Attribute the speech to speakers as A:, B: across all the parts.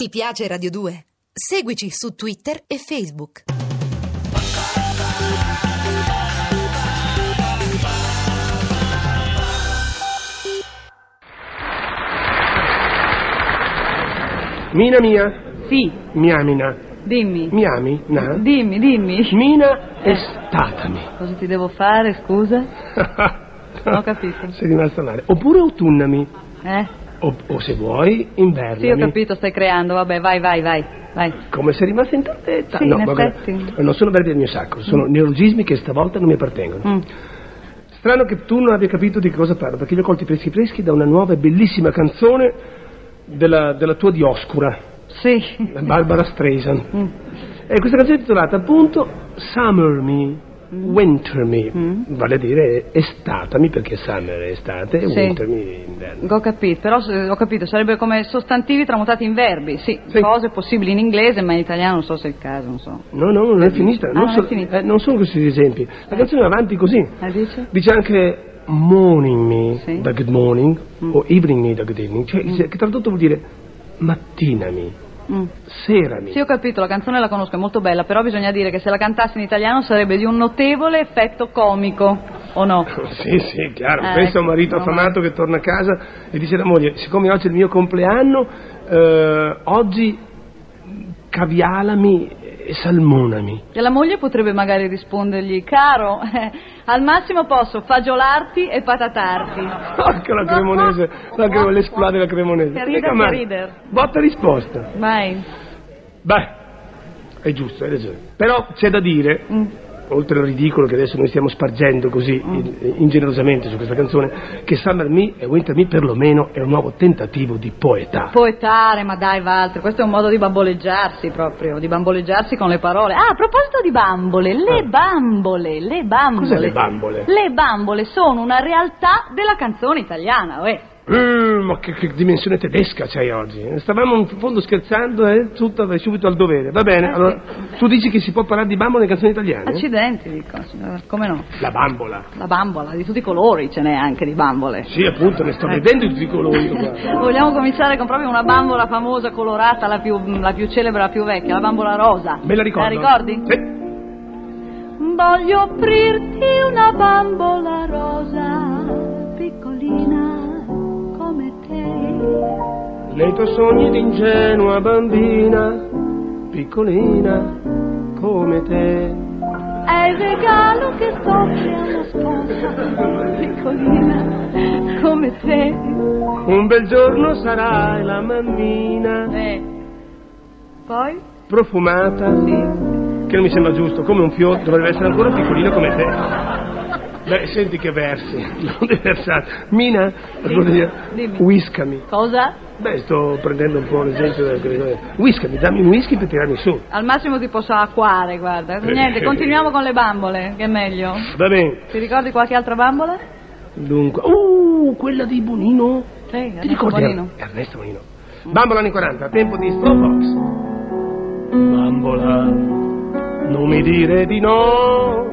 A: Ti piace Radio 2? Seguici su Twitter e Facebook.
B: Mina mia,
C: Sì,
B: miamina,
C: dimmi.
B: miami, na,
C: Dimmi, dimmi.
B: mina estatami.
C: Cosa ti devo fare, scusa?
B: Ho
C: capito.
B: Sei rimasta male. Oppure autunnami,
C: Eh?
B: o, o se vuoi, invernami.
C: Sì, ho capito, stai creando. Vabbè, vai, vai, vai. Vai.
B: Come sei rimasta interdetta.
C: Sì,
B: no,
C: in
B: vabbè,
C: effetti.
B: non sono verbi del mio sacco, sono neologismi che stavolta non mi appartengono.
C: Mm.
B: Strano che tu non abbia capito di cosa parlo, perché li ho colti freschi freschi da una nuova e bellissima canzone della, della tua dioscura,
C: Sì.
B: Barbara Streisand.
C: Mm.
B: E questa canzone è intitolata appunto Summer Me, Winter Me,
C: Mm.
B: vale a dire estatami, perché summer è estate e
C: Sì.
B: winter me è inverno.
C: Ho capito, però eh, ho capito, sarebbe come sostantivi tramutati in verbi, sì,
B: Sì.
C: cose possibili in inglese, ma in italiano non so se è il caso, non so.
B: No, no, non è finita.
C: Ah,
B: non,
C: non è
B: so-
C: finita.
B: eh, non sono questi gli esempi. La canzone va avanti così.
C: Eh, dice?
B: Dice anche morning me
C: Sì. Mm.
B: da good morning o evening me da good evening, cioè che tradotto vuol dire mattinami,
C: Mm.
B: serami.
C: Sì, ho capito, la canzone la conosco, è molto bella, però bisogna dire che se la cantassi in italiano sarebbe di un notevole effetto comico, o no?
B: Ecco, Sì, sì, chiaro.
C: Eh,
B: Pensa a un
C: ecco,
B: marito
C: no, ma-
B: affamato che torna a casa e dice alla moglie, siccome oggi è il mio compleanno, eh, oggi cavialami e salmonami.
C: E la moglie potrebbe magari rispondergli, caro, eh, al massimo posso fagiolarti e patatarti.
B: Porca Ecco la cremonese, la cre- l'esplode la cremonese.
C: Che rider,
B: Mica
C: che
B: male.
C: rider.
B: Botta risposta.
C: Vai.
B: Beh, è giusto, hai ragione. Però c'è da dire,
C: Mm.
B: oltre al ridicolo che adesso noi stiamo spargendo così in- ingenerosamente su questa canzone, che Summer Me e Winter Me perlomeno è un nuovo tentativo di poetà.
C: Poetare, ma dai Walter, questo è un modo di bamboleggiarsi proprio, di bamboleggiarsi con le parole. Ah, a proposito di bambole, le
B: Ah.
C: bambole, le bambole.
B: Cos'è le bambole?
C: Le bambole sono una realtà della canzone italiana, uè.
B: Eh, ma che, che dimensione tedesca c'hai oggi? Stavamo in fondo scherzando e tutto vai subito al dovere. Va bene,
C: Eh,
B: allora tu dici che si può parlare di bambole nelle canzoni italiane?
C: Accidenti, dico, signora, come no?
B: La bambola.
C: La bambola, di tutti i colori ce n'è anche di bambole.
B: Sì, appunto, ne sto
C: Eh.
B: vedendo tutti i colori. guarda.
C: Vogliamo cominciare con proprio una bambola famosa, colorata, la più, la più celebre, la più vecchia, la bambola rosa.
B: Me la ricordo.
C: La ricordi?
B: Sì.
C: Voglio offrirti una bambola rosa, piccolina come te.
B: Nei tuoi sogni d'ingenua bambina, piccolina come te.
C: È il regalo che offri a una sposa, piccolina come te.
B: Un bel giorno sarai la mammina
C: Eh. Poi?
B: profumata,
C: Sì.
B: che non mi sembra giusto, come un fiore, dovrebbe essere ancora piccolina come te. Beh, senti che versi, non di versate. Mina, ascolta dire,
C: dimmi.
B: whiskami.
C: Cosa?
B: Beh, sto prendendo un po' l'esempio da quelle Whiskami, dammi un whisky per tirarmi su.
C: Al massimo ti posso acquare, guarda.
B: Eh.
C: Niente, continuiamo con le bambole, che è meglio.
B: Va bene,
C: Ti ricordi qualche altra bambola?
B: dunque. Uh, quella di Bonino.
C: Sì,
B: Ti ricordi
C: Bonino.
B: Er- Ernesto Bonino? Bambola anni 40, tempo di Slowfox. Bambola, non mi dire di no,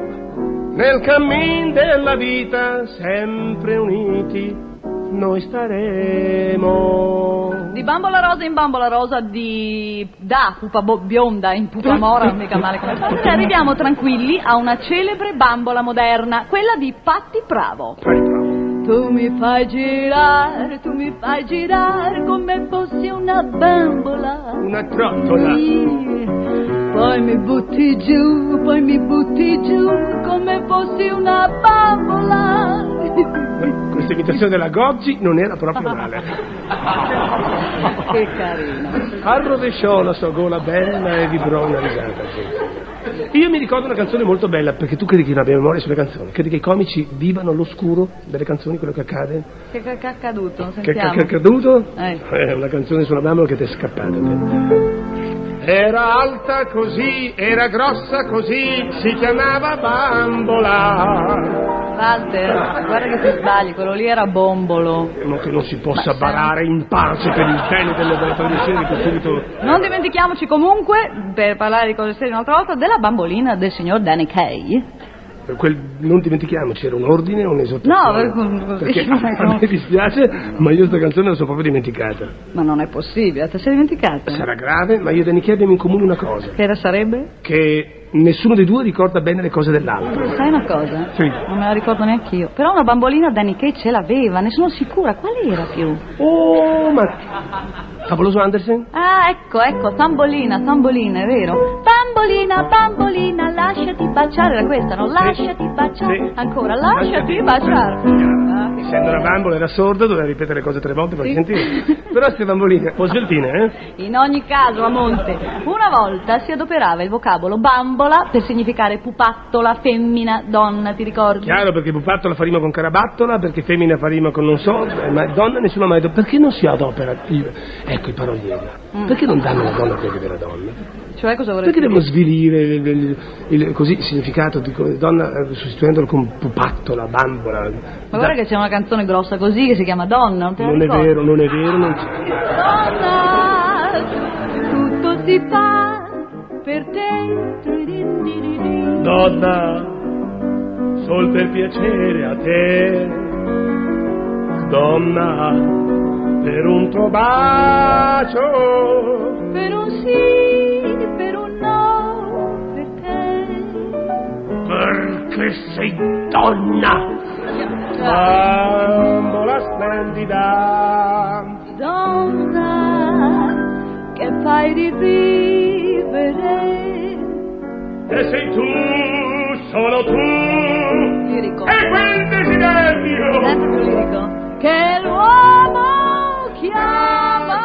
B: nel cammin della vita sempre uniti noi staremo.
C: Di bambola rosa in bambola rosa, di da pupa bo- bionda in pupa mora, non mica male come parla. E Arriviamo tranquilli a una celebre bambola moderna, quella di Patti Bravo.
B: Fai bravo.
C: Tu mi fai girare, tu mi fai girare come fossi una bambola.
B: Una trottola.
C: Sì. Poi mi butti giù, poi mi butti giù come fossi una bambola.
B: Beh, Questa imitazione della Goggi non era proprio male.
C: che carino.
B: Arrovesciò la sua gola bella e vibrò una risata. sì. Io mi ricordo una canzone molto bella, perché tu credi che io non abbia memoria sulle canzoni? Credi che i comici vivano all'oscuro delle canzoni quello che accade?
C: Che che- che è accaduto?
B: Che, che,
C: Sentiamo.
B: che è accaduto?
C: Eh.
B: Eh, una canzone sulla bambola che ti è scappata. te. Era alta così, era grossa così, si chiamava bambola.
C: Walter, guarda che ti sbagli, quello lì era bombolo.
B: Temo che non si possa
C: Ma sai-
B: barare in pace per il bene delle delle tradizioni di questo rito.
C: Non dimentichiamoci comunque, per parlare di cose serie un'altra volta, della bambolina del signor Danny Kay.
B: Per quel- non dimentichiamoci, era un ordine o un'esortazione?
C: No,
B: perché
C: non è
B: a me dispiace, ma io sta canzone la sono proprio dimenticata.
C: Ma non è possibile, te sei dimenticata?
B: Sarà grave, ma io e Danichia abbiamo in comune una cosa,
C: Che era sarebbe?
B: che nessuno dei due ricorda bene le cose dell'altro.
C: Sai una cosa?
B: Sì.
C: Non me la ricordo neanche io. Però una bambolina Danny Kay ce l'aveva, ne sono sicura. Qual era più?
B: Oh, ma... Favoloso Andersen?
C: Ah, ecco, ecco, bambolina, bambolina, è vero? Bambolina, bambolina, lasciati baciare. Era questa, no? Lasciati baciare.
B: Sì.
C: Ancora, lasciati
B: Lasciati
C: baciare.
B: baciare.
C: Ah, che
B: Essendo una bambola era sorda, doveva ripetere le cose tre volte per
C: Sì.
B: sentire. Però se bambolina, un po' sveltina, eh?
C: Ah, In ogni caso, a monte, una volta si adoperava il vocabolo bambola per significare pupattola, femmina, donna, ti ricordi?
B: Chiaro, perché pupatto la fa rima con carabattola, perché femmina fa rima con non so, eh, ma donna nessuno ha mai detto perché non si adopera? Io- ecco il paroliera.
C: Mm.
B: Perché non danno alla donna quello che è della donna?
C: Cioè, cosa vorresti
B: Perché
C: dire?
B: devono svilire il, il- il- così il significato di co- donna eh, sostituendolo con pupattola, bambola?
C: Ma guarda
B: Da-
C: che c'è una canzone grossa così che si chiama Donna, non te la
B: non è
C: ricordi?
B: vero, non è vero, non c'è.
C: Donna, tutto si fa per te.
B: Donna, sol per piacere a te, donna, per un tuo bacio.
C: Per un sì, per un no, per te.
B: Perché sei donna, bambola splendida,
C: Donna, che fai di vivere?
B: e sei tu, solo tu,
C: Lirico.
B: e quel desiderio
C: Sempre più lirico. Che l'uomo chiama.